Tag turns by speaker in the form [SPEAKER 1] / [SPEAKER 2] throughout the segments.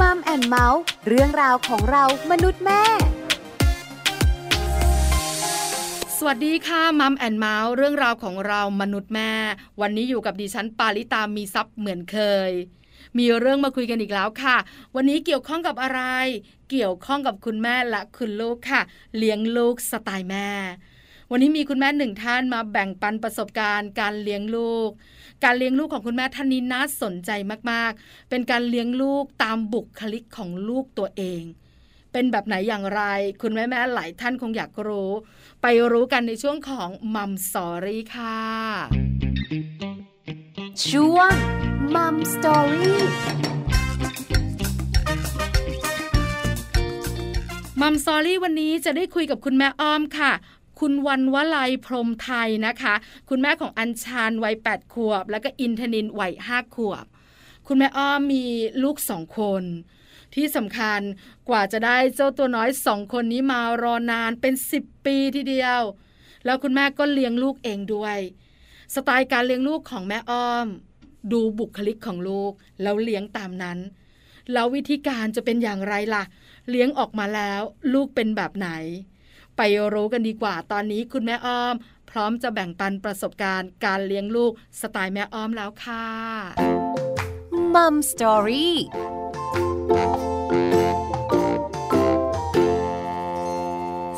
[SPEAKER 1] มัมแอนเมาส์เรื่องราวของเรามนุษย์แม่
[SPEAKER 2] สวัสดีค่ะมัมแอนเมาส์เรื่องราวของเรามนุษย์แม่ วันนี้อยู่กับดิฉันปาริตามีซับเหมือนเคย มีเรื่องมาคุยกันอีกแล้วค่ะ วันนี้เกี่ยวข้องกับอะไร เกี่ยวข้องกับคุณแม่และคุณลูกค่ะ เลี้ยงลูกสไตล์แม่ วันนี้มีคุณแม่หนึ่งท่านมาแบ่งปันประสบการณ์ การเลี้ยงลูก การเลี้ยงลูกของคุณแม่ท่านนี้น่าสนใจมากๆ เป็นการเลี้ยงลูกตามบุคลิกของลูกตัวเอง เป็นแบบไหนอย่างไร คุณแม่แม่ๆหลายท่านคงอยากรู้ ไปรู้กันในช่วงของมัมสอรี่ค่ะ
[SPEAKER 1] ช่วงมัมสตอรี่
[SPEAKER 2] มัมสอรี่วันนี้จะได้คุยกับคุณแม่อ้อมค่ะ คุณวันวลัยพรหมไทยนะคะ คุณแม่ของอัญชันวัย 8 ขวบ แล้วก็อินทนินวัย 5 ขวบ คุณแม่อ้อมมีลูกสองคน ที่สำคัญกว่าจะได้เจ้าตัวน้อยสองคนนี้มารอนานเป็น 10 ปีทีเดียว แล้วคุณแม่ก็เลี้ยงลูกเองด้วย สไตล์การเลี้ยงลูกของแม่อ้อม ดูบุคลิกของลูก แล้วเลี้ยงตามนั้น แล้ววิธีการจะเป็นอย่างไรล่ะ เลี้ยงออกมาแล้วลูกเป็นแบบไหน ไปรู้กันดีกว่าตอนนี้คุณแม่อ้อม พร้อมจะแบ่งปันประสบการณ์ การเลี้ยงลูกสไตล์แม่อ้อมแล้วค่ะ
[SPEAKER 1] มัมสตอรี่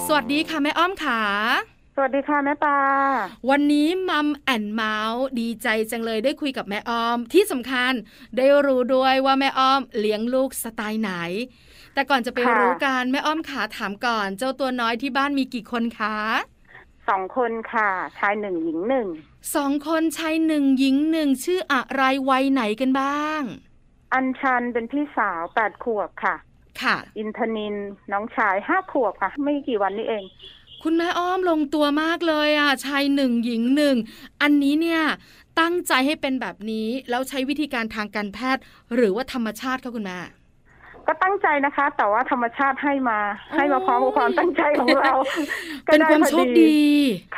[SPEAKER 2] สวัสดีค่ะแม่อ้อมค่ะ
[SPEAKER 3] สวัสดีค่ะแม่ปลา
[SPEAKER 2] วันนี้มัมแอนเมาส์ดีใจจังเลยได้คุยกับแม่อ้อม ที่สำคัญได้รู้ด้วยว่าแม่อ้อมเลี้ยงลูกสไตล์ไหน แต่ก่อนจะไปรู้กันแม่อ้อมขาถามก่อน เจ้าตัวน้อยที่บ้านมีกี่คนคะ
[SPEAKER 3] สองคนค่ะ ชายหนึ่งหญิงหนึ่ง
[SPEAKER 2] สองคนชายหนึ่งหญิงหนึ่งชื่ออะไรวัยไหนกันบ้าง
[SPEAKER 3] อัญชันเป็นพี่สาวแปดขวบค่ะ
[SPEAKER 2] ค่ะ
[SPEAKER 3] อินทนินน้องชายห้าขวบค่ะ ไม่กี่วันนี้เอง
[SPEAKER 2] คุณแม่อ้อมลงตัวมากเลยอ่ะชายหนึ่งหญิงหนึ่งอันนี้เนี่ยตั้งใจให้เป็นแบบนี้ แล้วใช้วิธีการทางการแพทย์ หรือว่าธรรมชาติคะคุณแม่
[SPEAKER 3] ก็ตั้งใจนะคะ แต่ว่าธรรมชาติให้มา
[SPEAKER 2] โอ้ย
[SPEAKER 3] ให้มาพร้อมกับความตั้งใจของเรา ก็
[SPEAKER 2] เป็น
[SPEAKER 3] ได้
[SPEAKER 2] ความ
[SPEAKER 3] พอ
[SPEAKER 2] โชคดี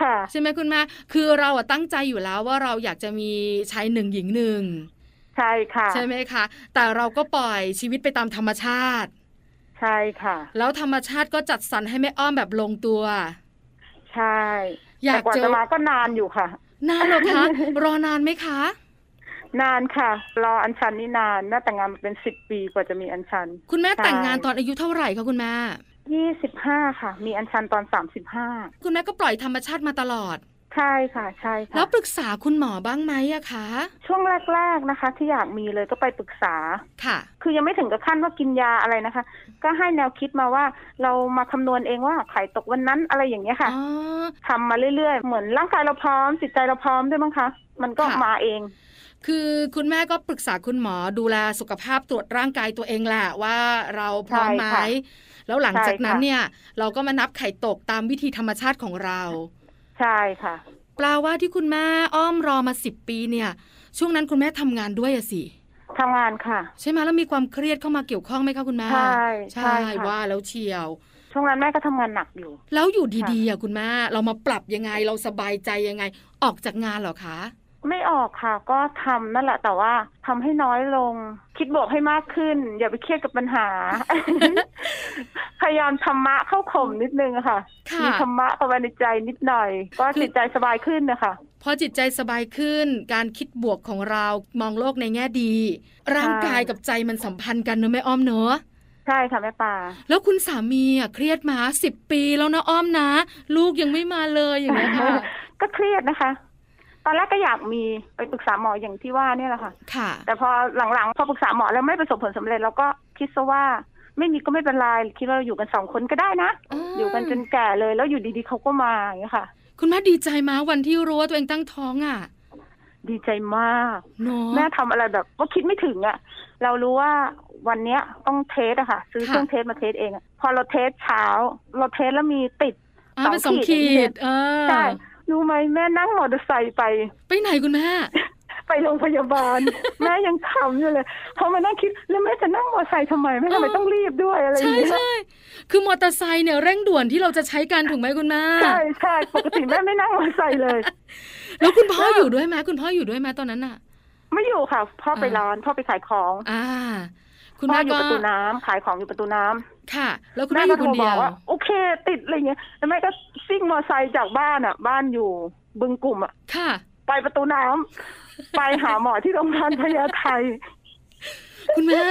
[SPEAKER 3] ค่ะ
[SPEAKER 2] ใช่ไหมคุณแม่คือเราอะตั้งใจอยู่แล้วว่าเราอยากจะมีชายหนึ่งหญิงหนึ่ง
[SPEAKER 3] ใช่ค่ะ
[SPEAKER 2] ใช่ไหมคะ แต่เราก็ปล่อยชีวิตไปตามธรรมชาติ
[SPEAKER 3] ใช่ค่ะ
[SPEAKER 2] แล้วธรรมชาติก็จัดสรรให้แม่อ้อมแบบลงตัว
[SPEAKER 3] ใช่
[SPEAKER 2] อยา
[SPEAKER 3] แต่
[SPEAKER 2] ก
[SPEAKER 3] กว่า
[SPEAKER 2] เจอ
[SPEAKER 3] จะมาก็นานอยู่ค่ะ
[SPEAKER 2] นานเหรอคะ รอนานไหมคะ
[SPEAKER 3] นานค่ะ รออัญชันนี่นานน่าแต่งงานมาเป็นสิบปีกว่าจะมีอัญชัน
[SPEAKER 2] คุณแม่
[SPEAKER 3] ใช่
[SPEAKER 2] แต่งงานตอนอายุเท่าไหร่คะคุณแม่
[SPEAKER 3] ยี่สิบห้าค่ะ มีอัญชันตอนสามสิบห้า
[SPEAKER 2] คุณแม่ก็ปล่อยธรรมชาติมาตลอด
[SPEAKER 3] ใช่ค่ะใช่ค่ะ
[SPEAKER 2] แล้วปรึกษาคุณหมอบ้างไหมอะคะ
[SPEAKER 3] ช่วงแรกๆนะคะ ที่อยากมีเลยก็ไปปรึกษา
[SPEAKER 2] ค่ะ
[SPEAKER 3] คือยังไม่ถึงกับขั้นว่ากินยาอะไรนะคะ ก็ให้แนวคิดมาว่า เรามาคำนวณเองว่าไข่ตกวันนั้นอะไรอย่างเงี้ยค่ะ
[SPEAKER 2] อ๋อ
[SPEAKER 3] ทำมาเรื่อยๆ เหมือนร่างกายเราพร้อมจิตใจเราพร้อมด้วยมั้งคะ มันก็
[SPEAKER 2] ค่ะ
[SPEAKER 3] มาเอง
[SPEAKER 2] คือคุณแม่ก็ปรึกษาคุณหมอดูแลสุขภาพตรวจร่างกายตัวเองแหละว่าเราพร้อมไหม
[SPEAKER 3] ใช่ค่ะ
[SPEAKER 2] แล้วหลังจากนั้น
[SPEAKER 3] ใช่ค่ะ
[SPEAKER 2] เนี่ย เราก็มานับไข่ตกตามวิธีธรรมชาติของเรา
[SPEAKER 3] ใช่ค่ะ
[SPEAKER 2] แปลว่าที่คุณแม่อ้อมรอมาสิบปีเนี่ย ช่วงนั้นคุณแม่ทำงานด้วยอะสิ
[SPEAKER 3] ทำงานค่ะ
[SPEAKER 2] ใช่ไหมแล้วมีความเครียดเข้ามาเกี่ยวข้องไหมคะคุณแม่
[SPEAKER 3] ใช่
[SPEAKER 2] ใช่
[SPEAKER 3] ใช่ค่ะ
[SPEAKER 2] ว่าแล้วเชียว
[SPEAKER 3] ช่วงนั้นแม่ก็ทำงานหนักอยู่
[SPEAKER 2] แล้วอยู่ดีๆอ่ะคุณแม่เรามาปรับยังไงเราสบายใจยังไง ออกจากงานเหรอคะ
[SPEAKER 3] ไม่ออกค่ะ ก็ทำนั่นแหละ แต่ว่าทำให้น้อยลง คิดบวกให้มากขึ้น อย่าไปเครียดกับปัญหา พยายามธรรมะเข้าข่มนิดนึงอะค่ะ
[SPEAKER 2] ค่ะ
[SPEAKER 3] มีธรรมะเข้าไปในใจนิดหน่อย ก็
[SPEAKER 2] คือ
[SPEAKER 3] จิตใจสบายขึ้นนะคะ
[SPEAKER 2] พอจิตใจสบายขึ้น การคิดบวกของเรามองโลกในแง่ดี ร่างกายกับใจมันสัมพันธ์กันเนอะแม่อ้อมเนอะ
[SPEAKER 3] ใช่ค่ะแม่ปลา
[SPEAKER 2] แล้วคุณสามีอ่ะเครียดมาสิบปีแล้วนะอ้อมนะ ลูกยังไม่มาเลยอย่างเงี้ยค่ะ
[SPEAKER 3] ก็เครียดนะคะ ตอนแรกก็อยากมีไปปรึกษาหมออย่างที่ว่าเนี่ยแหละค่ะ
[SPEAKER 2] ค่ะ
[SPEAKER 3] แต่พอหลังๆ พอปรึกษาหมอแล้วไม่ประสบผลสำเร็จเราก็คิดซะว่า ไม่มีก็ไม่เป็นไรคิดว่าเราอยู่กันสองคนก็ได้นะ
[SPEAKER 2] อืม
[SPEAKER 3] อยู่กันจนแก่เลย แล้วอยู่ดีๆเขาก็มาอย่างเงี้ยค่ะ
[SPEAKER 2] คุณแม่ดีใจมาวันที่รู้ว่าตัวเองตั้งท้องอ่ะ
[SPEAKER 3] ดีใจมาก
[SPEAKER 2] เนอะ
[SPEAKER 3] แม่ทำอะไรแบบว่าคิดไม่ถึงอะเรารู้ว่าวันเนี้ยต้องเทสอะค่ะ ซื้อ
[SPEAKER 2] ค่ะ
[SPEAKER 3] เครื่องเทสมาเทสเองอะพอเราเทสเช้า เราเทสแล้วมีติด
[SPEAKER 2] อ่ะเป็นสองขีดเออ
[SPEAKER 3] ใช่รู้ไหมแม่นั่งมอเตอร์ไซค์ไป
[SPEAKER 2] ไปไหนคุณแม่
[SPEAKER 3] ไปโรงพยาบาล แม่ยังขำอยู่เลยพอมานั่งคิดแล้วแม่จะนั่งมอเตอร์ไซค์ทำไมแม่ทำไม
[SPEAKER 2] เออ
[SPEAKER 3] ต้องรีบด้วยอะไรอย่าง
[SPEAKER 2] ใช่
[SPEAKER 3] เงี้ย
[SPEAKER 2] ใช่ คือมอเตอร์ไซค์เนี่ยเร่งด่วนที่เราจะใช้กันถูกไหมคุณแม่
[SPEAKER 3] ใช่ใช่ปกติแม่ไม่นั่งมอเตอร์ไซค์เลย
[SPEAKER 2] แล้วคุณพ่ออยู่ด้วยไหมคุณพ่ออยู่ด้วยไหมตอนนั้นอ่ะ
[SPEAKER 3] ไม่อยู่ค่ะ พ่อไปร้านพ่อไปขายของ
[SPEAKER 2] อ่า คุณแม่
[SPEAKER 3] พ่ออยู่
[SPEAKER 2] ก็
[SPEAKER 3] ประตูน้ำขายของอยู่ประตูน้ำ
[SPEAKER 2] ค่ะ แล้วคุณ
[SPEAKER 3] แม่
[SPEAKER 2] แม่อยู่ค
[SPEAKER 3] ก็โทร
[SPEAKER 2] น
[SPEAKER 3] บ
[SPEAKER 2] เดี
[SPEAKER 3] อย ก
[SPEAKER 2] ว
[SPEAKER 3] ว่า โอเค ติดอะไรเงี้ยแล้วแม่ก็ซิ่งมอไซค์จากบ้านอ่ะ บ้านอยู่บึงกลุ่มอ่ะ
[SPEAKER 2] ค่ะ
[SPEAKER 3] ไปประตูน้ำ ไปหาหมอที่โรงพยาบาลพญาไท
[SPEAKER 2] คุณแม่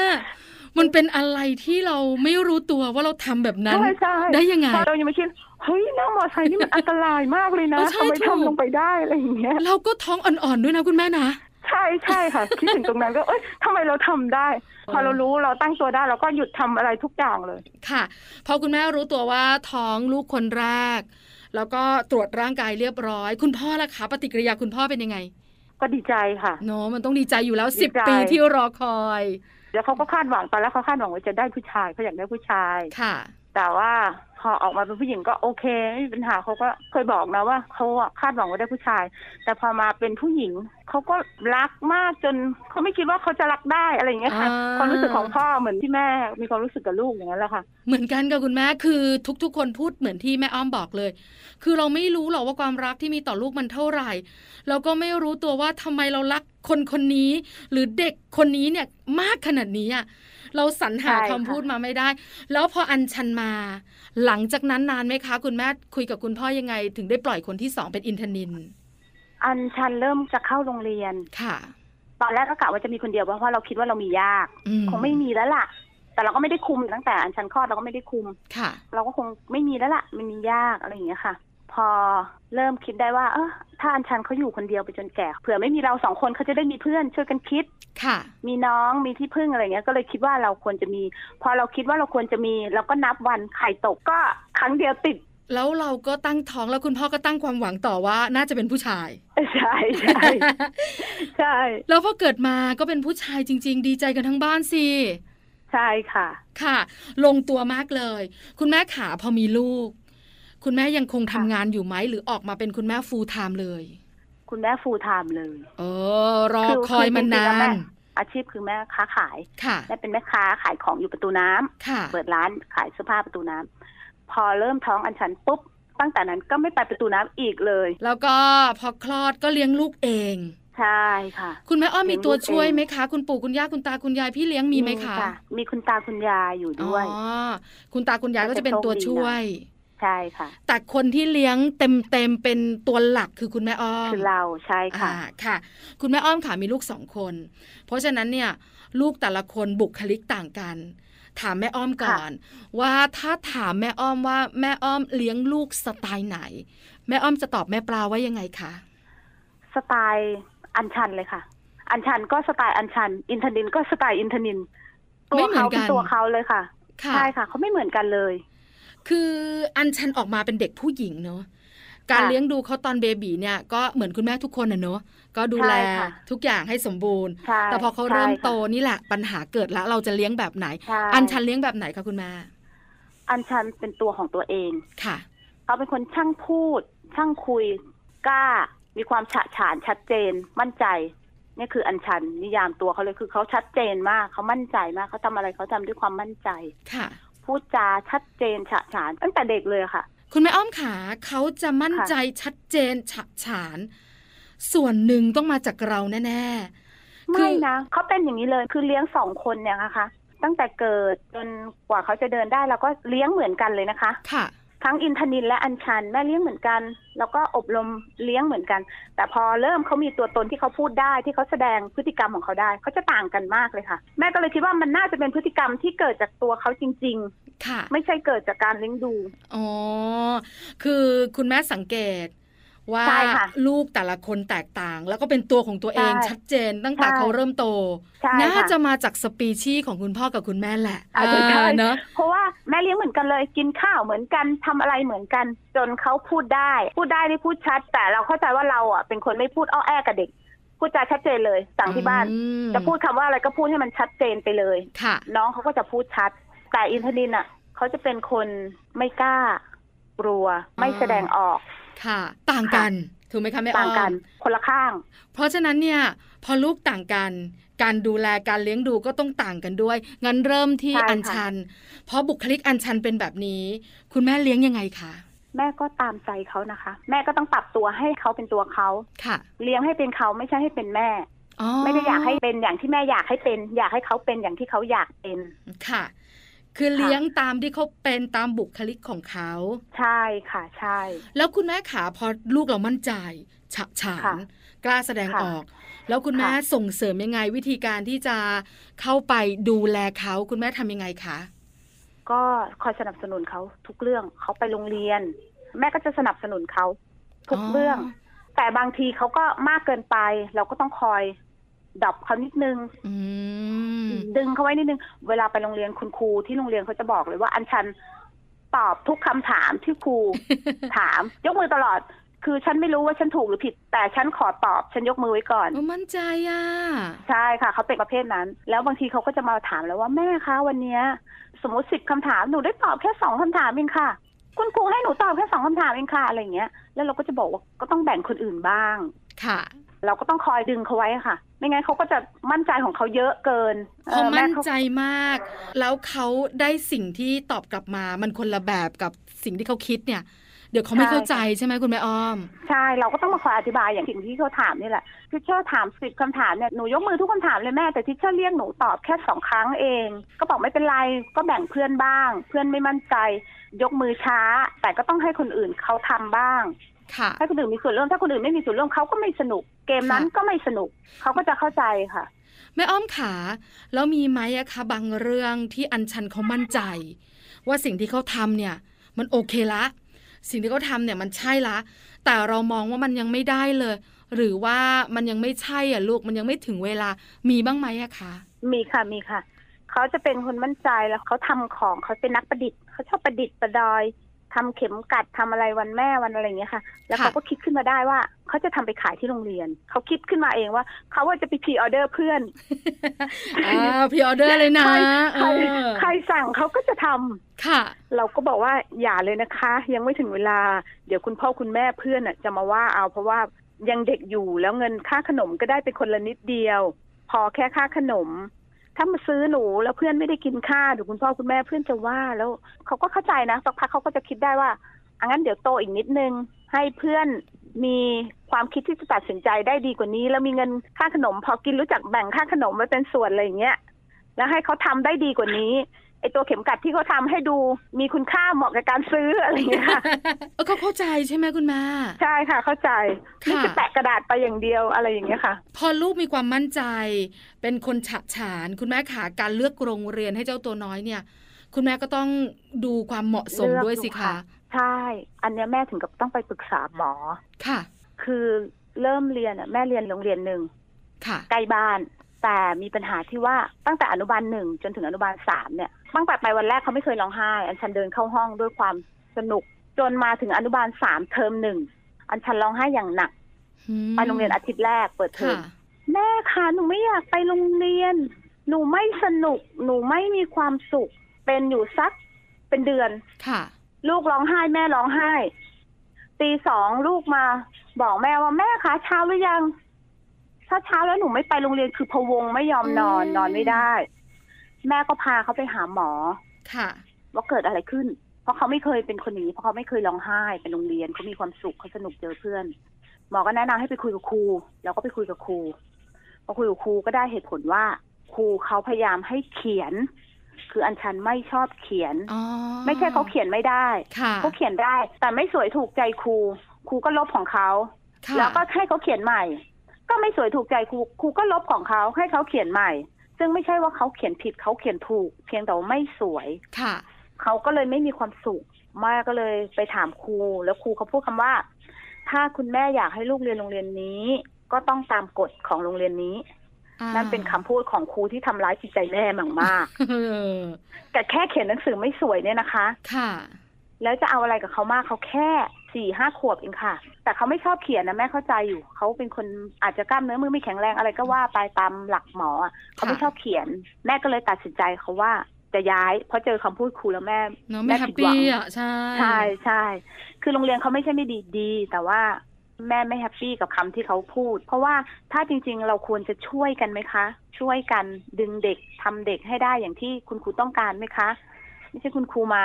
[SPEAKER 2] มันเป็นอะไรที่เราไม่รู้ตัวว่าเราทำแบบนั้น
[SPEAKER 3] ใช่ใช่
[SPEAKER 2] ได้ยังไง
[SPEAKER 3] เรายังไม่คิดเฮ้ยนั่งมอไซค์นี่มันอันตรายมากเลยนะ
[SPEAKER 2] เออใช่
[SPEAKER 3] ทำไม
[SPEAKER 2] ถูก
[SPEAKER 3] ทำลงไปได้อะไรอย่างเงี้ย
[SPEAKER 2] เราก็ท้องอ่อนๆด้วยนะคุณแม่นะ
[SPEAKER 3] ใช่ใช่ค่ะ คิดถึงตรงนั้นก็เอ้ยทำไมเราทำได้ พอเรารู้เราตั้งตัวได้เราก็หยุดทำอะไรทุกอย่างเลย
[SPEAKER 2] ค่ะพอคุณแม่รู้ตัวว่าท้องลูกคนแรก แล้วก็ตรวจร่างกายเรียบร้อย คุณพ่อล่ะคะ ปฏิกิริยาคุณพ่อเป็นยังไง
[SPEAKER 3] ก็ดีใจค่ะ
[SPEAKER 2] โนมันต้องดีใจอยู่แล้ว
[SPEAKER 3] ดี
[SPEAKER 2] 10
[SPEAKER 3] ใจ
[SPEAKER 2] ปีที่รอคอย
[SPEAKER 3] เดี๋ยวเขาก็คาดหวังตอนแรกเขาคาดหวังว่าจะได้ผู้ชายเขาอยากได้ผู้ชาย
[SPEAKER 2] ค่ะ
[SPEAKER 3] แต่ว่าพอออกมาเป็นผู้หญิงก็โอเคไม่มีปัญหาเขาก็เคยบอกนะว่าเขาอะคาดหวังว่าได้ผู้ชาย แต่พอมาเป็นผู้หญิงเขาก็รักมากจนเขาไม่คิดว่าเขาจะรักได้อะไรอย่างเงี้ยค่ะ
[SPEAKER 2] อ่า
[SPEAKER 3] ความรู้สึกของพ่อเหมือนที่แม่มีความรู้สึกกับลูกอย่างนั้นแหละค่ะ
[SPEAKER 2] เหมือนกันกับคุณแม่คือทุกๆ คนพูดเหมือนที่แม่อ้อมบอกเลย คือเราไม่รู้หรอกว่าความรักที่มีต่อลูกมันเท่าไหร่เราก็ไม่รู้ตัวว่าทำไมเรารักคนคนนี้ หรือเด็กคนนี้เนี่ยมากขนาดนี้อะเราสรรหา
[SPEAKER 3] ใช่
[SPEAKER 2] คำ
[SPEAKER 3] ค่ะ
[SPEAKER 2] พูดมาไม่ได้ แล้วพออัญชันมา หลังจากนั้นนานไหมคะ คุณแม่คุยกับคุณพ่อยังไง ถึงได้ปล่อยคนที่สองเป็นอินทนิน
[SPEAKER 3] อันชันเริ่มจะเข้าโรงเรียน
[SPEAKER 2] ค่ะ
[SPEAKER 3] ตอนแรกก็กะว่าจะมีคนเดียวเพราะว่าเราคิดว่าเรามียาก
[SPEAKER 2] อื
[SPEAKER 3] คงไม่มีแล้วล่ะ แต่เราก็ไม่ได้คุมตั้งแต่อันชันคลอดเราก็ไม่ได้คุม
[SPEAKER 2] ค่ะ
[SPEAKER 3] เราก็คงไม่มีแล้วล่ะ มันมียากอะไรอย่างเงี้ยค่ะ พอเริ่มคิดได้ว่า เออถ้าอันชันเขาอยู่คนเดียวไปจนแก่เผื่อไม่มีเราสองคนเขาจะได้มีเพื่อนช่วยกันคิด
[SPEAKER 2] ค่ะ
[SPEAKER 3] มีน้องมีที่พึ่งอะไรเงี้ย ก็เลยคิดว่าเราควรจะมี พอเราคิดว่าเราควรจะมีเราก็นับวันไข่ตกก็ครั้งเดียวติด
[SPEAKER 2] แล้วเราก็ตั้งท้องแล้วคุณพ่อก็ตั้งความหวังต่อว่าน่าจะเป็นผู้ชาย
[SPEAKER 3] ใช่ใช่ใช่
[SPEAKER 2] แล้วพอเกิดมาก็เป็นผู้ชายจริง ๆ ดีใจกันทั้งบ้านสิ
[SPEAKER 3] ใช่ค่ะ
[SPEAKER 2] ค่ะ ลงตัวมากเลย คุณแม่ขาพอมีลูก คุณแม่ยังคงทำงานอยู่ไหม หรือออกมาเป็นคุณแม่ฟูลไทม์เลย
[SPEAKER 3] คุณแม่ฟูลไทม์เลย
[SPEAKER 2] เออ รอคอยมา
[SPEAKER 3] จริงๆ
[SPEAKER 2] นา
[SPEAKER 3] แล้วแ
[SPEAKER 2] น
[SPEAKER 3] อาชีพคือแม่ค้าขาย
[SPEAKER 2] ค่ะ
[SPEAKER 3] แม่เป็นแม่ค้าขายของอยู่ประตูน้ำ
[SPEAKER 2] ค่ะ
[SPEAKER 3] เปิดร้านขายเสื้อผ้าประตูน้ำพอเริ่มท้องอันชันปุ๊บ ตั้งแต่นั้นก็ไม่ไปประตูน้ำอีกเลย
[SPEAKER 2] แล้วก็พอคลอดก็เลี้ยงลูกเอง
[SPEAKER 3] ใช่ค่ะ
[SPEAKER 2] คุณแม่อ้อม
[SPEAKER 3] เลี้
[SPEAKER 2] มี
[SPEAKER 3] ยงลูก
[SPEAKER 2] ตัวช่วย
[SPEAKER 3] เอง
[SPEAKER 2] ไหมคะ คุณปู่คุณย่าคุณตาคุณยายพี่เลี้ยงมีไหมคะ
[SPEAKER 3] มีคุณตาคุณยายอยู่ด้วย
[SPEAKER 2] อ๋อคุณตาคุณยายก็จะเป็นตัวช่วย
[SPEAKER 3] ใช่ค่ะ
[SPEAKER 2] แต่คนที่เลี้ยงเต็มเต็มๆเป็นตัวหลักคือคุณแม่อ้อม
[SPEAKER 3] คือเราใช่ค่ะ
[SPEAKER 2] อ่าค่ะ คุณแม่อ้อมค่ะมีลูกสองคน เพราะฉะนั้นเนี่ย ลูกแต่ละคนบุคลิกต่างกัน ถามแม่อ้อมก่อน ว่าถ้าถามแม่อ้อมว่าแม่อ้อมเลี้ยงลูกสไตล์ไหน แม่อ้อมจะตอบแม่ปลาว่ายังไงคะ
[SPEAKER 3] สไตล์อันชันเลยค่ะ อันชันก็สไตล์อันชัน อินทนินก็สไตล์อินทนิน ตัวเขาเป็นตัวเขาเลยค่ะ
[SPEAKER 2] ค่ะ
[SPEAKER 3] ใช่ค่ะ เขาไม่เหมือนกันเลย
[SPEAKER 2] คืออันชันออกมาเป็นเด็กผู้หญิงเนอะการ
[SPEAKER 3] ค่ะ
[SPEAKER 2] เลี้ยงดูเขาตอนเบบีเนี่ยก็เหมือนคุณแม่ทุกคนนะเนอะก็ดูแล
[SPEAKER 3] ใช่ค่ะ
[SPEAKER 2] ทุกอย่างให้สมบูรณ์
[SPEAKER 3] ใช่
[SPEAKER 2] แต่พอเขาเริ่ม
[SPEAKER 3] ใช่ค่ะ
[SPEAKER 2] โตนี่แหละปัญหาเกิดแล้วเราจะเลี้ยงแบบไหน
[SPEAKER 3] ใช่
[SPEAKER 2] อันชันเลี้ยงแบบไหนคะคุณแม่
[SPEAKER 3] อันชันเป็นตัวของตัวเอง
[SPEAKER 2] ค่ะ
[SPEAKER 3] เขาเป็นคนช่างพูด ช่างคุย กล้า มีความฉะฉานชัดเจน มั่นใจ นี่คืออันชันนิยามตัวเขาเลยคือเขาชัดเจนมากเขามั่นใจมากเขาทำอะไรเขาทำด้วยความมั่นใจ
[SPEAKER 2] ค่ะ
[SPEAKER 3] พูดจาชัดเจนฉะฉาน ตั้งแต่เด็กเลยค่ะ
[SPEAKER 2] คุณแม่อ้อมขาเขาจะมั่นใจชัดเจนฉะฉาน ส่วนหนึ่งต้องมาจากเราแน่ คือ
[SPEAKER 3] ไม่นะเขาเป็นอย่างนี้เลยคือเลี้ยงสองคนเนี่ยนะคะ ตั้งแต่เกิดจนกว่าเขาจะเดินได้เราก็เลี้ยงเหมือนกันเลยนะคะ
[SPEAKER 2] ๆ ค่ะ
[SPEAKER 3] ทั้งอินทนินและอัญชันแม่เลี้ยงเหมือนกัน แล้วก็อบรมเลี้ยงเหมือนกัน แต่พอเริ่มเขามีตัวตนที่เขาพูดได้ที่เขาแสดงพฤติกรรมของเขาได้เขาจะต่างกันมากเลยค่ะ แม่ก็เลยคิดว่ามันน่าจะเป็นพฤติกรรมที่เกิดจากตัวเขาจริง
[SPEAKER 2] ค่ะ
[SPEAKER 3] ๆ ไม่ใช่เกิดจากการเลี้ยงดู
[SPEAKER 2] อ๋อ คือคุณแม่สังเกต ว่า
[SPEAKER 3] ใช่ค่ะ
[SPEAKER 2] ลูกแต่ละคนแตกต่าง แล้วก็เป็นตัวของตัวเอง
[SPEAKER 3] ใช่
[SPEAKER 2] ชัดเจน ตั้งแต่
[SPEAKER 3] ใช่
[SPEAKER 2] เขาเริ่มโต
[SPEAKER 3] ใช่
[SPEAKER 2] น่า
[SPEAKER 3] ค่ะ
[SPEAKER 2] จะมาจากสปีชีส์ของคุณพ่อกับคุณแม่แหละ
[SPEAKER 3] อาจจะใช่
[SPEAKER 2] เออเนอะ
[SPEAKER 3] เพราะว่าแม่เลี้ยงเหมือนกันเลยกินข้าวเหมือนกันทำอะไรเหมือนกัน จนเขาพูดได้ พูดได้นี่พูดชัด แต่เราเข้าใจว่าเราอ่ะเป็นคนไม่พูดอ้อแอกับเด็ก พูดจาชัดเจนเลยสั่งที่บ้าน
[SPEAKER 2] อืม
[SPEAKER 3] จะพูดคำว่าอะไรก็พูดให้มันชัดเจนไปเลย
[SPEAKER 2] ค่ะ
[SPEAKER 3] น้องเขาก็จะพูดชัด แต่อินทนินอ่ะเขาจะเป็นคนไม่กล้ากลัว ไม่แสดงออก
[SPEAKER 2] ค่ะ ต่างกัน ถูกไหมคะแม่อ้อม
[SPEAKER 3] ต่างกันคนละข้าง
[SPEAKER 2] เพราะฉะนั้นเนี่ยพอลูกต่างกัน การดูแลการเลี้ยงดูก็ต้องต่างกันด้วย งั้นเริ่มที่
[SPEAKER 3] ใช่ค่ะ
[SPEAKER 2] อัญชัน เพราะบุคลิกอัญชันเป็นแบบนี้ คุณแม่เลี้ยงยังไงคะ
[SPEAKER 3] แม่ก็ตามใจเขานะคะ แม่ก็ต้องปรับตัวให้เขาเป็นตัวเขา
[SPEAKER 2] ค่ะ
[SPEAKER 3] เลี้ยงให้เป็นเขาไม่ใช่ให้เป็นแม่ ไม่ได้อยากให้เป็นอย่างที่แม่อยากให้เป็น อยากให้เขาเป็นอย่างที่เขาอยากเป็น
[SPEAKER 2] ค่ะ คือเลี้ยงตามที่เขาเป็นตามบุคลิกของเขา
[SPEAKER 3] ใช่ค่ะ ใช่
[SPEAKER 2] แล้วคุณแม่ขาพอลูกเรามั่นใจฉะฉาน
[SPEAKER 3] ค่ะ
[SPEAKER 2] กล้าแสดง
[SPEAKER 3] ค่ะ
[SPEAKER 2] ออก แล้วคุณแม่
[SPEAKER 3] ค่ะ
[SPEAKER 2] ส่งเสริมยังไงวิธีการที่จะเข้าไปดูแลเขาคุณแม่ทำยังไงคะ
[SPEAKER 3] ก็คอยสนับสนุนเขาทุกเรื่องเขาไปโรงเรียน แม่ก็จะสนับสนุนเขาทุกเรื่อง แต่บางทีเขาก็มากเกินไป เราก็ต้องคอยดรอปเขานิดนึง
[SPEAKER 2] อืม
[SPEAKER 3] ดึงเขาไว้นิดนึง เวลาไปโรงเรียนคุณครูที่โรงเรียนเขาจะบอกเลยว่า อัญชันตอบทุกคำถามที่ครู ถาม ยกมือตลอด คือฉันไม่รู้ว่าฉันถูกหรือผิด แต่ฉันขอตอบ ฉันยกมือไว้ก่อน
[SPEAKER 2] โอ้มั่นใจอ่ะ
[SPEAKER 3] ใช่ค่ะเขาเป็นประเภทนั้น แล้วบางทีเขาก็จะมาถามแล้วว่าแม่คะวันเนี้ย สมมติสิบคำถามหนูได้ตอบแค่สองคำถามเองค่ะ คุณครูให้หนูตอบแค่สองคำถามเองค่ะอะไรอย่างเงี้ยแล้วเราก็จะบอกว่าก็ต้องแบ่งคนอื่นบ้าง
[SPEAKER 2] ค่ะ
[SPEAKER 3] เราก็ต้องคอยดึงเขาไว้ค่ะ ไม่งั้นเขาก็จะมั่นใจของเขาเยอะเกิน
[SPEAKER 2] พอ
[SPEAKER 3] ออ
[SPEAKER 2] มั่น
[SPEAKER 3] เขา
[SPEAKER 2] ใจมาก แล้วเขาได้สิ่งที่ตอบกลับมา มันคนละแบบกับสิ่งที่เขาคิดเนี่ย เดี๋ยวเขาไม่
[SPEAKER 3] ใช่
[SPEAKER 2] เข้าใจใช่ไหมคุณแม่อ้อม
[SPEAKER 3] ใช่เราก็ต้องมาคอยอธิบายอย่างสิ่งที่เขาถามนี่แหละทิเชอร์ถามสิบคำถามเนี่ยหนูยกมือทุกคำถามเลยแม่แต่ทิเชอร์เรียกหนูตอบแค่สองครั้งเอง ก็บอกไม่เป็นไรก็แบ่งเพื่อนบ้าง เพื่อนไม่มั่นใจ ยกมือช้า แต่ก็ต้องให้คนอื่นเขาทำบ้าง
[SPEAKER 2] ค่ะ
[SPEAKER 3] ให้คนอื่นมีส่วนร่วมถ้าคนอื่นไม่มีส่วนร่วมเขาก็ไม่สนุก เกมนั้นก็ไม่สนุกเขาก็จะเข้าใจค่ะ
[SPEAKER 2] แม่อ้อมขาแล้วมีไหมอะคะบางเรื่องที่อัญชันเขามั่นใจ ว่าสิ่งที่เขาทำเนี่ย มันโอเคละ สิ่งที่เขาทำเนี่ยมันใช่ละ แต่เรามองว่ามันยังไม่ได้เลย หรือว่ามันยังไม่ใช่อ่ะลูกมันยังไม่ถึงเวลามีบ้างไหมอะคะ
[SPEAKER 3] มีค่ะมีค่ะ เขาจะเป็นคนมั่นใจแล้วเขาทำของเขาเป็นนักประดิษฐ์เขาชอบประดิษฐ์ประดอยทำเข็มกัดทำอะไรวันแม่วันอะไรอย่างเงี้ยค่ะ แล้วเขาก็คิดขึ้นมาได้ว่าเขาจะทำไปขายที่โรงเรียน เขาคิดขึ้นมาเองว่าเขาว่าจะไปพรีออเดอร์เพื่อน
[SPEAKER 2] อ่าพรีออเดอร์เลยนะ
[SPEAKER 3] ใครใคร
[SPEAKER 2] เออ
[SPEAKER 3] ใครสั่งเขาก็จะทำ
[SPEAKER 2] ค่ะ
[SPEAKER 3] เราก็บอกว่าอย่าเลยนะคะ ยังไม่ถึงเวลา เดี๋ยวคุณพ่อคุณแม่เพื่อนน่ะจะมาว่าเอาเพราะว่ายังเด็กอยู่แล้วเงินค่าขนมก็ได้เป็นคนละนิดเดียว พอแค่ค่าขนม ถ้ามาซื้อหนูแล้วเพื่อนไม่ได้กินข้าวเดี๋ยวคุณพ่อคุณแม่เพื่อนจะว่าแล้วเขาก็เข้าใจนะสักพักเขาก็จะคิดได้ว่าอังั้นเดี๋ยวโตอีกนิดนึง ให้เพื่อนมีความคิดที่จะตัดสินใจได้ดีกว่านี้ แล้วมีเงินค่าขนม พอกินรู้จักแบ่งค่าขนมไว้เป็นส่วนอะไรอย่างเงี้ยแล้วให้เขาทำได้ดีกว่านี้ไอตัวเข็มกัดที่เขาทำให้ดูมีคุณค่าเหมาะกับการซื้ออะไรอย่างเงี้ยค่ะ
[SPEAKER 2] เออเขาเข้าใจใช่ไหมคุณแม่
[SPEAKER 3] ใช่ค่ะ เข้าใจ
[SPEAKER 2] ค่ะ
[SPEAKER 3] ไม่จะแปะกระดาษไปอย่างเดียวอะไรอย่างเงี้ยค่ะ
[SPEAKER 2] พอลูกมีความมั่นใจ เป็นคนฉะฉาน คุณแม่ขาการเลือกโรงเรียนให้เจ้าตัวน้อยเนี่ย คุณแม่ก็ต้องดูความเหมาะสม
[SPEAKER 3] เลือก
[SPEAKER 2] ด้วย
[SPEAKER 3] ดู
[SPEAKER 2] สิคะ
[SPEAKER 3] ค่ะ ใช่ อันเนี้ยแม่ถึงกับต้องไปปรึกษาหมอ
[SPEAKER 2] ค่ะ
[SPEAKER 3] คือเริ่มเรียนอ่ะแม่เรียนโรงเรียนหนึ่ง
[SPEAKER 2] ค่ะ
[SPEAKER 3] ใกล้บ้าน แต่มีปัญหาที่ว่าตั้งแต่อนุบาลหนึ่งจนถึงอนุบาลสามเนี่ยตั้งแต่ไปวันแรกเขาไม่เคยร้องไห้ อันชันเดินเข้าห้องด้วยความสนุก จนมาถึงอนุบาลสามเทอมหนึ่งอันชันร้องไห้อย่างหนัก ไปโรงเรียนอาทิตย์แรกเปิดเทอ
[SPEAKER 2] ค่ะ
[SPEAKER 3] ม แม่คะหนูไม่อยากไปโรงเรียน หนูไม่สนุก หนูไม่มีความสุข เป็นอยู่สักเป็นเดือน
[SPEAKER 2] ค่ะ
[SPEAKER 3] ลูกร้องไห้แม่ร้องไห้ ตีสองลูกมา บอกแม่ว่าแม่คะเช้าหรือยัง ถ้าเช้าแล้วหนูไม่ไปโรงเรียนคือพะวงไม่ยอมนอน
[SPEAKER 2] อืม
[SPEAKER 3] นอนไม่ได้ แม่ก็พาเขาไปหาหมอ
[SPEAKER 2] ค่ะ
[SPEAKER 3] ว่าเกิดอะไรขึ้น เพราะเขาไม่เคยเป็นคนอย่างนี้ เพราะเขาไม่เคยร้องไห้ไปโรงเรียนเขามีความสุขเขาสนุกเจอเพื่อน หมอก็แนะนำให้ไปคุยกับครู แล้วก็ไปคุยกับครู พอคุยกับครูก็ได้เหตุผลว่า ครูเขาพยายามให้เขียน คืออัญชันไม่ชอบเขียน
[SPEAKER 2] อ๋อ
[SPEAKER 3] ไม่ใช่เขาเขียนไม่ได้
[SPEAKER 2] ค่ะ
[SPEAKER 3] เขาเขียนได้ แต่ไม่สวยถูกใจครู ครูก็ลบของเขา
[SPEAKER 2] ค่ะ
[SPEAKER 3] แล้วก็ให้เขาเขียนใหม่ ก็ไม่สวยถูกใจครูครูก็ลบของเขาให้เขาเขียนใหม่ ซึ่งไม่ใช่ว่าเขาเขียนผิดเขาเขียนถูก เพียงแต่ว่าไม่สวย
[SPEAKER 2] ค่ะ
[SPEAKER 3] เขาก็เลยไม่มีความสุขแม่ก็เลยไปถามครู แล้วครูเขาพูดคำว่า ถ้าคุณแม่อยากให้ลูกเรียนโรงเรียนนี้ ก็ต้องตามกฎของโรงเรียนนี้
[SPEAKER 2] อ่า
[SPEAKER 3] นั่นเป็นคำพูดของครูที่ทำร้ายจิตใจแม่มากมาก
[SPEAKER 2] เออ
[SPEAKER 3] ๆ แต่แค่เขียนหนังสือไม่สวยเนี่ยนะคะ
[SPEAKER 2] ค่ะ
[SPEAKER 3] แล้วจะเอาอะไรกับเขามากเขาแค่สี่ห้าขวบเองค่ะ แต่เขาไม่ชอบเขียนนะแม่เข้าใจอยู่เขาเป็นคนอาจจะกล้ามเนื้อมือไม่แข็งแรงอะไรก็ว่าไปตามหลักหมออะเขาไม่
[SPEAKER 2] ค่ะ
[SPEAKER 3] ชอบเขียน แม่ก็เลยตัดสินใจเขาว่าจะย้ายเพราะเจอคำพูดครูแล้วแม่
[SPEAKER 2] เนอะไม่แฮปปี้อ่ะใช่
[SPEAKER 3] ใช่ใช่ คือโรงเรียนเขาไม่ใช่ไม่ดีดี แต่ว่าแม่ไม่แฮปปี้กับคำที่เขาพูด เพราะว่าถ้าจริงๆ เราควรจะช่วยกันไหมคะ ช่วยกันดึงเด็กทำเด็กให้ได้อย่างที่คุณครูต้องการไหมคะ ไม่ใช่คุณครูมา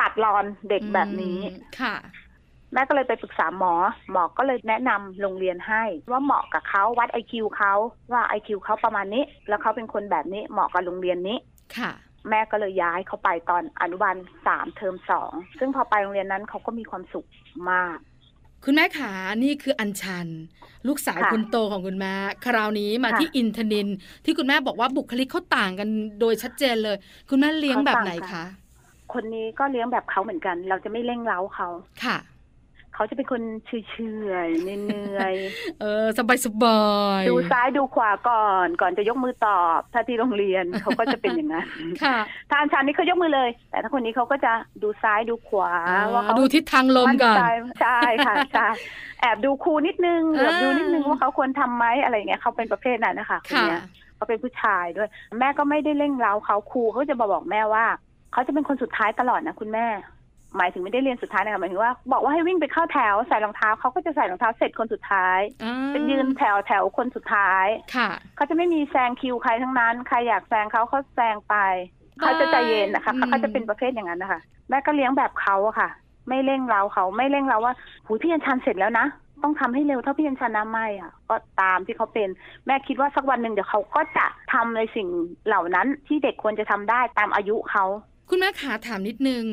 [SPEAKER 3] ตัดรอนเด็กแบบนี้
[SPEAKER 2] อืมค่ะ
[SPEAKER 3] แม่ก็เลยไปปรึกษาหมอ หมอก็เลยแนะนำโรงเรียนให้ ว่าเหมาะกับเขาวัด IQ เขาว่า IQ เขาประมาณนี้ แล้วเขาเป็นคนแบบนี้เหมาะกับโรงเรียนนี้
[SPEAKER 2] ค่ะ
[SPEAKER 3] แม่ก็เลยย้ายเขาไปตอนอนุบาลสามเทอมสองซึ่งพอไปโรงเรียนนั้นเขาก็มีความสุขมาก
[SPEAKER 2] คุณแม่ขานี่คืออัญชัน ลูกสาว
[SPEAKER 3] ค่ะ
[SPEAKER 2] คุณโตของคุณแม่คราวนี้มา
[SPEAKER 3] ค่ะ
[SPEAKER 2] ที่อินทนิน ที่คุณแม่บอกว่าบุคลิกเขาต่างกันโดยชัดเจนเลย คุณแม่เลี้ยงแบบไหนคะ
[SPEAKER 3] คนนี้ก็เลี้ยงแบบเขาเหมือนกัน เราจะไม่เร่งเร้าเขา
[SPEAKER 2] ค่ะ
[SPEAKER 3] เขาจะเป็นคนเฉยๆเหนื่อย
[SPEAKER 2] เออสบายสบาย
[SPEAKER 3] ๆดูซ้ายดูขวาก่อน ก่อนจะยกมือตอบ ถ้าที่โรงเรียนเขาก็จะเป็นอย่าง นั้น
[SPEAKER 2] ค่ะ
[SPEAKER 3] ถ้าอันชันนี้เขายกมือเลย แต่ถ้าคนนี้เขาก็จะดูซ้ายดูขวา
[SPEAKER 2] อ่า
[SPEAKER 3] ว่าเขา
[SPEAKER 2] ดูทิศทางลมก่อน
[SPEAKER 3] ใจใช่ค่ะ ใช่แอบดูครูนิดนึงเหลือบดูนิดนึงว่าเขาควรทำไหมอะไรอย่างเงี้ยเขาเป็นประเภทนั้นนะคะคน
[SPEAKER 2] ค่ะ
[SPEAKER 3] เนี้ย เขาเป็นผู้ชายด้วย แม่ก็ไม่ได้เร่งเร้าเขาครูเขาจะมาบอกแม่ว่าเขาจะเป็นคนสุดท้ายตลอดนะคุณแม่ หมายถึงไม่ได้เรียนสุดท้ายนะคะหมายถึงว่าบอกว่าให้วิ่งไปเข้าแถวใส่รองเท้าเขาก็จะใส่รองเท้าเสร็จคนสุดท้าย
[SPEAKER 2] อ่า
[SPEAKER 3] เป็นยืนแถวแถวคนสุดท้าย
[SPEAKER 2] ค่ะ
[SPEAKER 3] เขาจะไม่มีแซงคิวใครทั้งนั้น ใครอยากแซงเขาเขาแซงไปเขาจะใจเย็นนะคะ
[SPEAKER 2] อืม
[SPEAKER 3] เขาก็จะเป็นประเภทอย่างนั้นนะคะแม่ก็เลี้ยงแบบเขาอะค่ะ ไม่เร่งเร้าเขาไม่เร่งเร้าว่าหูพี่อัญชันเสร็จแล้วนะ ต้องทำให้เร็วเท่าพี่อัญชันนะไม่อะก็ตามที่เขาเป็น แม่คิดว่าสักวันหนึ่งเดี๋ยวเขาก็จะทำในสิ่งเหล่านั้นที่เด็กควรจะทำได้ตามอายุเขา
[SPEAKER 2] คุณแม่ขาถามนิดนึง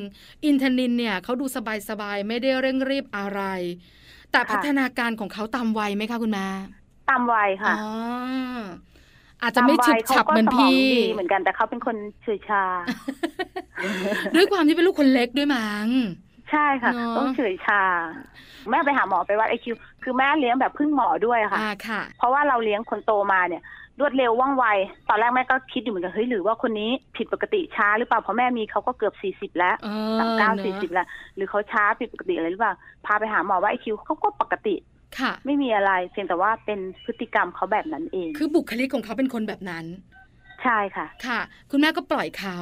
[SPEAKER 2] อินทนินเนี่ยเขาดูสบายสบายๆไม่ได้เร่งรีบอะไร แต่
[SPEAKER 3] ค่ะ
[SPEAKER 2] พัฒนาการของเขาตามวัยไหมคะคุณแม่
[SPEAKER 3] ตามวัยค่ะ
[SPEAKER 2] อ๋ออาจจะไม่
[SPEAKER 3] ตา
[SPEAKER 2] ฉิบ
[SPEAKER 3] วัย
[SPEAKER 2] ฉับเหมือน
[SPEAKER 3] ขาก็สง
[SPEAKER 2] พี่
[SPEAKER 3] ดีเหมือนกันแต่เขาเป็นคนเฉื่อย ชา
[SPEAKER 2] ด้วยความที่เป็นลูกคนเล็กด้วยมั้ง
[SPEAKER 3] ใช่ค่ะ
[SPEAKER 2] เนอะ
[SPEAKER 3] ต้องเฉื่อยชา แม่ไปหาหมอไปวัดไอคิวคือแม่เลี้ยงแบบพึ่งหมอด้วยค่ะ
[SPEAKER 2] อ่าค่ะ
[SPEAKER 3] เพราะว่าเราเลี้ยงคนโตมาเนี่ยรวดเร็วว่องไว ตอนแรกแม่ก็คิดอยู่เหมือนกันเฮ้ยหรือว่าคนนี้ผิดปกติช้าหรือเปล่าเพราะแม่มีเขาก็เกือบสี่สิบแล้ว
[SPEAKER 2] เออ
[SPEAKER 3] สามเก้า
[SPEAKER 2] เนอะ
[SPEAKER 3] สี่สิบแล้วหรือเขาช้าผิดปกติอะไรหรือเปล่าพาไปหาหมอว่าไอคิวเขาก็ปกติ
[SPEAKER 2] ค่ะ
[SPEAKER 3] ไม่มีอะไร เพียงแต่ว่าเป็นพฤติกรรมเขาแบบนั้นเอง
[SPEAKER 2] คือบุคลิกของเขาเป็นคนแบบนั้น
[SPEAKER 3] ใช่ค่ะ
[SPEAKER 2] ค่ะ คุณแม่ก็ปล่อยเขา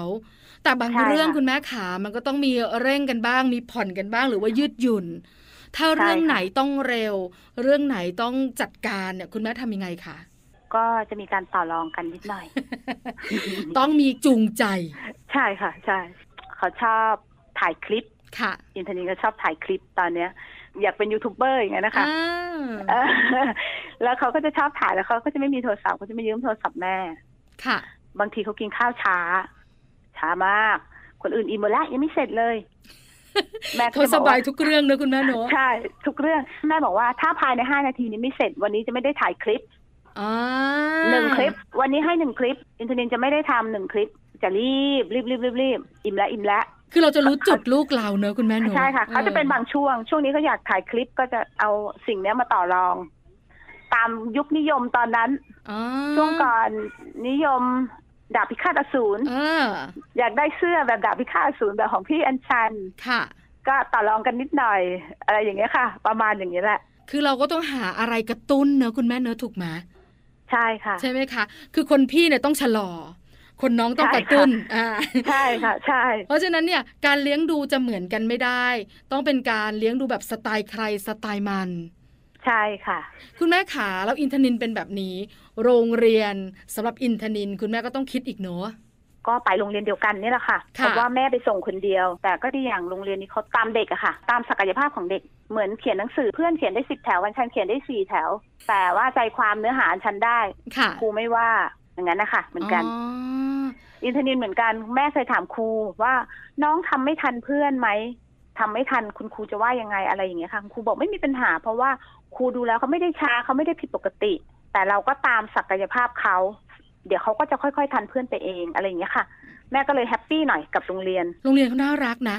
[SPEAKER 2] แต่บาง
[SPEAKER 3] ใช่ค่ะ
[SPEAKER 2] เรื่องคุณแม่ขามันก็ต้องมีเร่งกันบ้าง มีผ่อนกันบ้างหรือว่ายืดหยุ่น ถ้าเรื่อง
[SPEAKER 3] ใช่ค่ะ
[SPEAKER 2] ไหนต้องเร็ว เรื่องไหนต้องจัดการเนี่ยคุณแม่ทำยังไงคะ
[SPEAKER 3] ก็จะมีการต่อรองกันนิดหน่อย
[SPEAKER 2] ต้องมีจูงใจ
[SPEAKER 3] ใช่ค่ะ ใช่ เขาชอบถ่ายคลิป
[SPEAKER 2] ค่ะ
[SPEAKER 3] อินเทอร์เน็ตก็ชอบถ่ายคลิปตอนเนี้ย อยากเป็นยูทูบเบอร์อย่างเงี้ยนะคะ
[SPEAKER 2] อ่า
[SPEAKER 3] เออแล้วเขาก็จะชอบถ่ายแล้วเขาก็จะไม่มีโทรศัพท์เขาจะไม่ยืมโทรศัพท์แม่
[SPEAKER 2] ค่ะ
[SPEAKER 3] บางทีเขากินข้าวช้า ช้ามาก คนอื่นอิ่มหมดแล้วยังไม่เสร็จเลย แม่ก็
[SPEAKER 2] เขาส
[SPEAKER 3] จะอก
[SPEAKER 2] บาย
[SPEAKER 3] ว่า
[SPEAKER 2] ทุกเรื่องนะคุณแม่เนอะ
[SPEAKER 3] ใช่ทุกเรื่องแม่บอกว่าถ้าภายในห้านาทีนี้ไม่เสร็จวันนี้จะไม่ได้ถ่ายคลิป
[SPEAKER 2] อ่า
[SPEAKER 3] หนึ่งคลิป วันนี้ให้หนึ่งคลิป อินทนินจะไม่ได้ทำหนึ่งคลิป จะรีบรีบรีบรีบรีบอิ่มแล้วอิ่มแล้ว
[SPEAKER 2] คือเราจะรู้จุดลูกเราเนอะคุณแม่เนอะ
[SPEAKER 3] ใช่ค่ะเขาจะเป็นบางช่วง ช่วงนี้เขาอยากถ่ายคลิปก็จะเอาสิ่งเนี้ยมาต่อรอง ตามยุคนิยมตอนนั้น
[SPEAKER 2] อ่า
[SPEAKER 3] ช่วงก่อนนิยมดาบพิฆาตอสูร
[SPEAKER 2] เออ
[SPEAKER 3] อยากได้เสื้อแบบดาบพิฆาตอสูรแบบของพี่อัญชัน
[SPEAKER 2] ค่ะ
[SPEAKER 3] ก็ต่อรองกันนิดหน่อย อะไรอย่างเงี้ยค่ะ ประมาณอย่างเงี้ยแหละ
[SPEAKER 2] คือเราก็ต้องหาอะไรกระตุ้นเนอะคุณแม่เนอะถูกไหม
[SPEAKER 3] ใช่ค่ะ
[SPEAKER 2] ใช่ไหมคะ คือคนพี่เนี่ยต้องชะลอ คนน้องต้อง
[SPEAKER 3] ใช่
[SPEAKER 2] ก
[SPEAKER 3] ค่ะ
[SPEAKER 2] ระตุ้นอ่า
[SPEAKER 3] ใช่ค่ะ ใช่
[SPEAKER 2] เพราะฉะนั้นเนี่ยการเลี้ยงดูจะเหมือนกันไม่ได้ ต้องเป็นการเลี้ยงดูแบบสไตล์ใครสไตล์มัน
[SPEAKER 3] ใช่ค่ะ
[SPEAKER 2] คุณแม่ขาแล้วอินทนินเป็นแบบนี้ โรงเรียนสำหรับอินทนิน คุณแม่ก็ต้องคิดอีกเนอะ
[SPEAKER 3] ก็ไปโรงเรียนเดียวกันนี่แหละค่ะ
[SPEAKER 2] ค่ะ
[SPEAKER 3] เพราะว่าแม่ไปส่งคนเดียว แต่ก็ที่อย่างโรงเรียนนี้เขาตามเด็กอะค่ะ ตามศักยภาพของเด็กเหมือนเขียนหนังสือเพื่อนเขียนได้สิบแถววันชันเขียนได้สี่แถว แต่ว่าใจความเนื้อหาอันชันได้
[SPEAKER 2] ค่ะ
[SPEAKER 3] ครูไม่ว่าอย่างนั้นนะคะเหมือนกัน
[SPEAKER 2] อ๋อ
[SPEAKER 3] อินทนินเหมือนกันแม่เคยถามครูว่าน้องทำไม่ทันเพื่อนไหมทำไม่ทันคุณครูจะว่ายังไงอะไรอย่างเงี้ยค่ะครูบอกไม่มีปัญหา เพราะว่าครูดูแล้วเขาไม่ได้ช้าเขาไม่ได้ผิดปกติ แต่เราก็ตามศักยภาพเขาเดี๋ยวเขาก็จะค่อยๆทันเพื่อนไปเองอะไรอย่างเงี้ยค่ะ แม่ก็เลยแฮปปี้หน่อยกับโรงเรียน
[SPEAKER 2] โรงเรียนเขาน่ารักนะ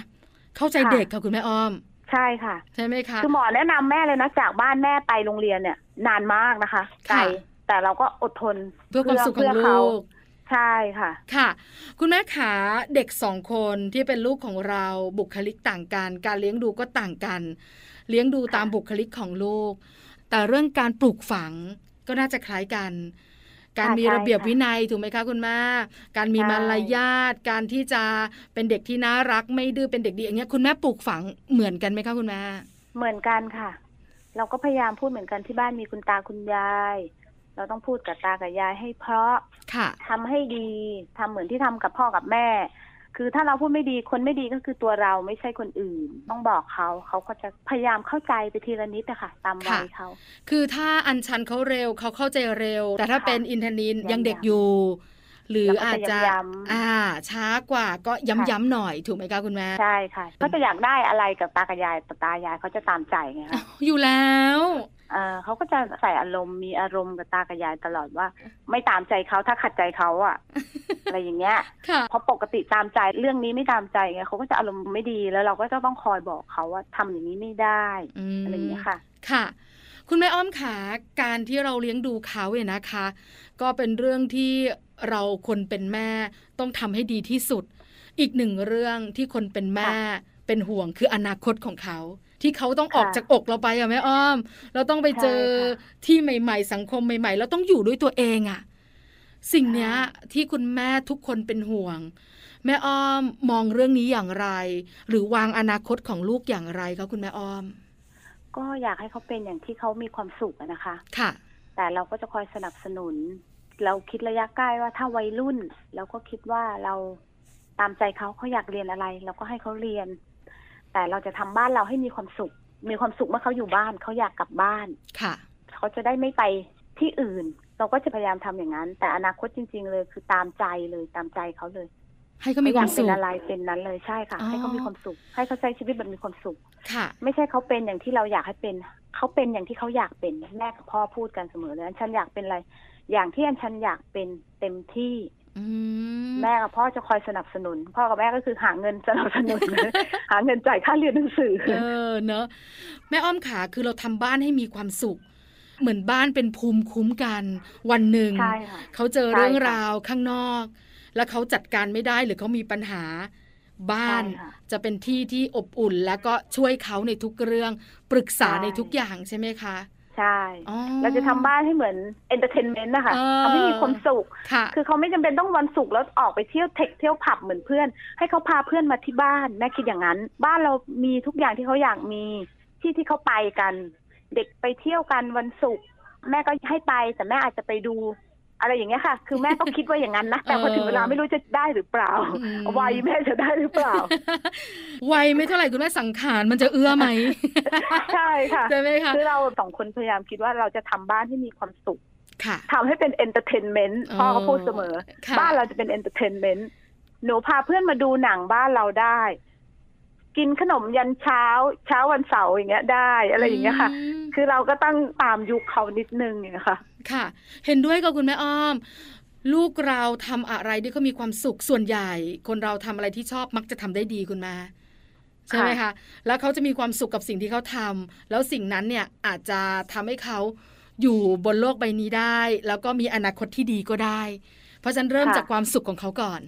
[SPEAKER 2] เข้าใจ
[SPEAKER 3] ค่ะ
[SPEAKER 2] เด็กค่ะคุณแม่อ้อม
[SPEAKER 3] ใช่ค่ะ
[SPEAKER 2] ใช่ไหมคะ
[SPEAKER 3] คือหมอแนะนำแม่เลยนะจากบ้านแม่ไปโรงเรียนเนี่ย นานมากนะคะไกล
[SPEAKER 2] ค่ะ
[SPEAKER 3] แต่เราก็อดทน
[SPEAKER 2] เพื่อความสุขของ
[SPEAKER 3] เพื่
[SPEAKER 2] ลู
[SPEAKER 3] เขา
[SPEAKER 2] ก
[SPEAKER 3] ใช่ค่ะ
[SPEAKER 2] ค่ะ คุณแม่ขาเด็กสองคนที่เป็นลูกของเราบุคลิกต่างกัน การเลี้ยงดูก็ต่างกัน เลี้ยงดูตามบุคลิกของลูก แต่เรื่องการปลูกฝังก็น่าจะคล้ายกัน การมี
[SPEAKER 3] ใช่
[SPEAKER 2] ระเบียบ
[SPEAKER 3] ค่ะ
[SPEAKER 2] วินัยถูกไหมคะคุณแม่การมี
[SPEAKER 3] ใช่
[SPEAKER 2] มารยาทการที่จะเป็นเด็กที่น่ารักไม่ดื้อเป็นเด็กดีอย่างเงี้ยคุณแม่ปลูกฝังเหมือนกันไหมคะคุณแม่
[SPEAKER 3] เหมือนกันค่ะ เราก็พยายามพูดเหมือนกันที่บ้านมีคุณตาคุณยาย เราต้องพูดกับตากับยายให้เพราะ
[SPEAKER 2] ค่ะ
[SPEAKER 3] ทำให้ดีทำเหมือนที่ทำกับพ่อกับแม่ คือถ้าเราพูดไม่ดีคนไม่ดีก็คือตัวเราไม่ใช่คนอื่น ต้องบอกเขาเขาก็จะพยายามเข้าใจไปทีละนิดอะค่ะ ตามวัยเขา
[SPEAKER 2] คือถ้าอัญชันเขาเร็วเขาเข้าใจเร็ว แต่ถ้า
[SPEAKER 3] ค่ะ
[SPEAKER 2] เป็นอินทนิน
[SPEAKER 3] ยั
[SPEAKER 2] ยัง
[SPEAKER 3] ง
[SPEAKER 2] เด็กอยู่ หรืออาจจะ
[SPEAKER 3] แล้วก็จะย้ำๆ
[SPEAKER 2] อ่า ช้ากว่าก็ย้ำๆหน่อยถูกไหมคะคุณแม่
[SPEAKER 3] ใช่ค่ะก็จะอยากได้อะไรกับตากับยายแต่ตายายเขาจะตามใจไงคะ
[SPEAKER 2] อยู่แล้ว
[SPEAKER 3] เอ่อเขาก็จะใส่อารมณ์มีอารมณ์กับตากับยายตลอดว่า ไม่ตามใจเขาถ้าขัดใจเขา อะ อะไรอย่างเงี้ย
[SPEAKER 2] ค่ะ
[SPEAKER 3] เพราะปกติตามใจเรื่องนี้ไม่ตามใจไงเขาก็จะอารมณ์ไม่ดีแล้วเราก็จะต้องคอยบอกเขาว่าทำอย่างนี้ไม่ได้
[SPEAKER 2] อืม
[SPEAKER 3] อะไรอย่างเงี้ยค่ะ
[SPEAKER 2] ค่ะ คุณแม่อ้อมขาการที่เราเลี้ยงดูเขาเนี่ยนะคะ ก็เป็นเรื่องที่เราคนเป็นแม่ต้องทำให้ดีที่สุด อีกหนึ่งเรื่องที่คนเป็นแม่ เป็นห่วงคืออนาคตของเขา ที่เขาต้องออก
[SPEAKER 3] ค่ะ
[SPEAKER 2] จากอกเราไปอะแม่อ้อม เราต้องไปเจอ
[SPEAKER 3] ใช่ค่
[SPEAKER 2] ที่ใหม่ ๆ สังคมใหม่ ๆ เราต้องอยู่ด้วยตัวเองอะสิ่งเนี้ย
[SPEAKER 3] ใช่
[SPEAKER 2] ที่คุณแม่ทุกคนเป็นห่วง แม่อ้อมมองเรื่องนี้อย่างไร หรือวางอนาคตของลูกอย่างไรคะคุณแม่อ้อม
[SPEAKER 3] ก็อยากให้เขาเป็นอย่างที่เขามีความสุขอะนะคะ
[SPEAKER 2] ค่ะ
[SPEAKER 3] แต่เราก็จะคอยสนับสนุน เราคิดระยะใกล้ว่าถ้าวัยรุ่นเราก็คิดว่าเราตามใจเขาเขาอยากเรียนอะไรเราก็ให้เขาเรียน แต่เราจะทำบ้านเราให้มีความสุข มีความสุขเมื่อเขาอยู่บ้านเขาอยากกลับบ้าน
[SPEAKER 2] ค่ะ
[SPEAKER 3] เขาจะได้ไม่ไปที่อื่น เราก็จะพยายามทำอย่างนั้น แต่อนาคตจริง ๆ เลยคือตามใจเลยตามใจเขาเลย
[SPEAKER 2] ให้เขามีความสุข
[SPEAKER 3] เขอยกเป็นอะไรเป็นนั้นเลยใช่ค่ะ
[SPEAKER 2] อ๋อ
[SPEAKER 3] ให้เขามีความสุข ให้เขาใช้ชีวิตแบบมีความสุข
[SPEAKER 2] ค่ะ
[SPEAKER 3] ไม่ใช่เขาเป็นอย่างที่เราอยากให้เป็น เขาเป็นอย่างที่เขาอยากเป็นแม่กับพ่อพูดกันเสมอเลยอันฉันอยากเป็นอะไร อย่างที่อันฉันอยากเป็นเต็มที่
[SPEAKER 2] อืม
[SPEAKER 3] แม่กับพ่อจะคอยสนับสนุน พ่อกับแม่ก็คือหาเงินสนับส นุน หาเงินจ่ายค่าเรียนหนังสือ
[SPEAKER 2] เออเนอะแม่อ้อมขาคือเราทำบ้านให้มีความสุข เหมือนบ้านเป็นภูมิคุ้มกัน วันหนึ่ง
[SPEAKER 3] ใช่ค่ะ
[SPEAKER 2] เขาเจอ
[SPEAKER 3] ใช่ค่ะ
[SPEAKER 2] เรื่องราวข้างนอก แล้วเขาจัดการไม่ได้หรือเขามีปัญหา บ้าน
[SPEAKER 3] ใช่ค่ะ
[SPEAKER 2] จะเป็นที่ที่อบอุ่น แล้วก็ช่วยเขาในทุกเรื่อง ปรึกษา
[SPEAKER 3] ใช่
[SPEAKER 2] ในทุกอย่างใช่ไหมคะ
[SPEAKER 3] ใช่
[SPEAKER 2] อ๋อ
[SPEAKER 3] เราจะทำบ้านให้เหมือนเอนเตอร์เทนเมนต์นะคะ
[SPEAKER 2] เออ
[SPEAKER 3] ทำให้มีความสุข
[SPEAKER 2] ค่ะ
[SPEAKER 3] คือเขาไม่จำเป็นต้องวันศุกร์แล้วออกไปเที่ยวเทคเที่ยวผับเหมือนเพื่อน ให้เขาพาเพื่อนมาที่บ้านแม่คิดอย่างนั้น บ้านเรามีทุกอย่างที่เขาอยากมีที่ที่เขาไปกัน เด็กไปเที่ยวกันวันศุกร์แม่ก็ให้ไปแต่แม่อาจจะไปดู อะไรอย่างเงี้ยค่ะ คือแม่ก็คิดว่าอย่าง นั้นนะแต่พอถึงเวลาไม่รู้จะได้หรือเปล่า
[SPEAKER 2] อืม
[SPEAKER 3] วัยแม่จะได้หรือเปล่ า
[SPEAKER 2] วัยไม่เท่าไหร่คุณแม่สังขารมันจะเอื้อไหม
[SPEAKER 3] ใช่ค่ะ
[SPEAKER 2] ใช่ไหมคะ
[SPEAKER 3] คือเราสองคนพยายามคิดว่าเราจะทำบ้านที่มีความสุข
[SPEAKER 2] ค่ะ
[SPEAKER 3] ทำให้เป็นเอนเตอร์เทนเมนต์พ่อเขาพูดเสมอ
[SPEAKER 2] ค่ะ
[SPEAKER 3] บ้านเราจะเป็นเอนเตอร์เทนเมนต์ หนูพาเพื่อนมาดูหนังบ้านเราได้ กินขนมยันเช้า เช้าวันเสาร์อย่างเงี้ยได้อะไรอย่างเงี้ยค่ะ
[SPEAKER 2] ม
[SPEAKER 3] คือเราก็ต้องตามยุคเขานิดนึงอย่างเงี้ยค่ะ
[SPEAKER 2] ค่ะ เห็นด้วยกับคุณแม่อ้อม ลูกเราทำอะไรที่เขามีความสุขส่วนใหญ่ คนเราทำอะไรที่ชอบมักจะทำได้ดีคุณแม่ใช่ไหมคะแล้วเขาจะมีความสุขกับสิ่งที่เขาทำแล้วสิ่งนั้นเนี่ยอาจจะทำให้เขาอยู่บนโลกใบนี้ได้ แล้วก็มีอนาคตที่ดีก็ได้ เพราะฉะนันเริ่ม
[SPEAKER 3] ค่ะ
[SPEAKER 2] จากความสุขของเขาก่อน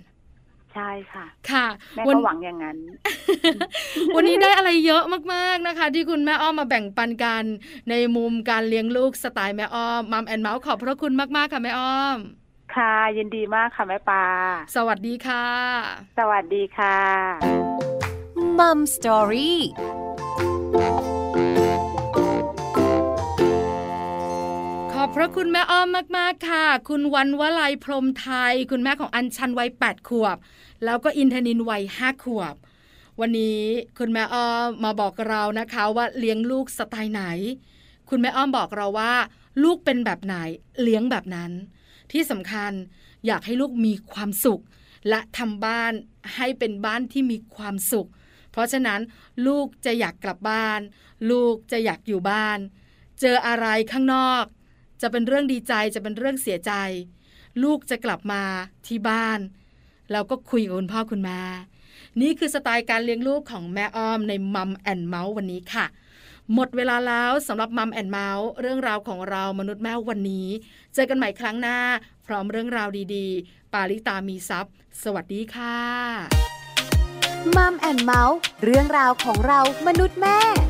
[SPEAKER 3] ใช่ค่ะ
[SPEAKER 2] ค่ะ
[SPEAKER 3] แม่
[SPEAKER 2] วั
[SPEAKER 3] ก็หวังอย่างนั้น
[SPEAKER 2] วันนี้ได้อะไรเยอะมากๆนะคะ ที่คุณแม่อ้อมมาแบ่งปันกัน ในมุมการเลี้ยงลูกสไตล์แม่อ้อมมัมแอนเมาส์ขอบพระคุณมากๆค่ะแม่อ้อม
[SPEAKER 3] ค่ะ ยินดีมากค่ะแม่ปลา
[SPEAKER 2] สวัสดีค่ะ
[SPEAKER 3] สวัสดีค่ะ
[SPEAKER 1] มัมสตอรี่
[SPEAKER 2] ขอบพระคุณแม่อ้อมมาก ๆ ค่ะ คุณวันวลัยพรหมไทย คุณแม่ของอัญชันวัย 8 ขวบ แล้วก็อินทนินวัย 5 ขวบ วันนี้คุณแม่อ้อมมาบอกเรานะคะว่าเลี้ยงลูกสไตล์ไหน คุณแม่อ้อมบอกเราว่า ลูกเป็นแบบไหนเลี้ยงแบบนั้น ที่สำคัญอยากให้ลูกมีความสุข และทำบ้านให้เป็นบ้านที่มีความสุข เพราะฉะนั้นลูกจะอยากกลับบ้าน ลูกจะอยากอยู่บ้าน เจออะไรข้างนอก จะเป็นเรื่องดีใจจะเป็นเรื่องเสียใจ ลูกจะกลับมาที่บ้าน แล้วก็คุยกับคุณพ่อคุณแม่นี่คือสไตล์การเลี้ยงลูกของแม่อ้อมในมัมแอนเมาส์วันนี้ค่ะ หมดเวลาแล้วสำหรับมัมแอนเมาส์เรื่องราวของเรามนุษย์แม่วันนี้ เจอกันใหม่ครั้งหน้า พร้อมเรื่องราวดีๆ ปาริตามีซัพย์ สวัสดีค่ะ
[SPEAKER 1] มัมแอนเมาส์เรื่องราวของเรามนุษย์แม่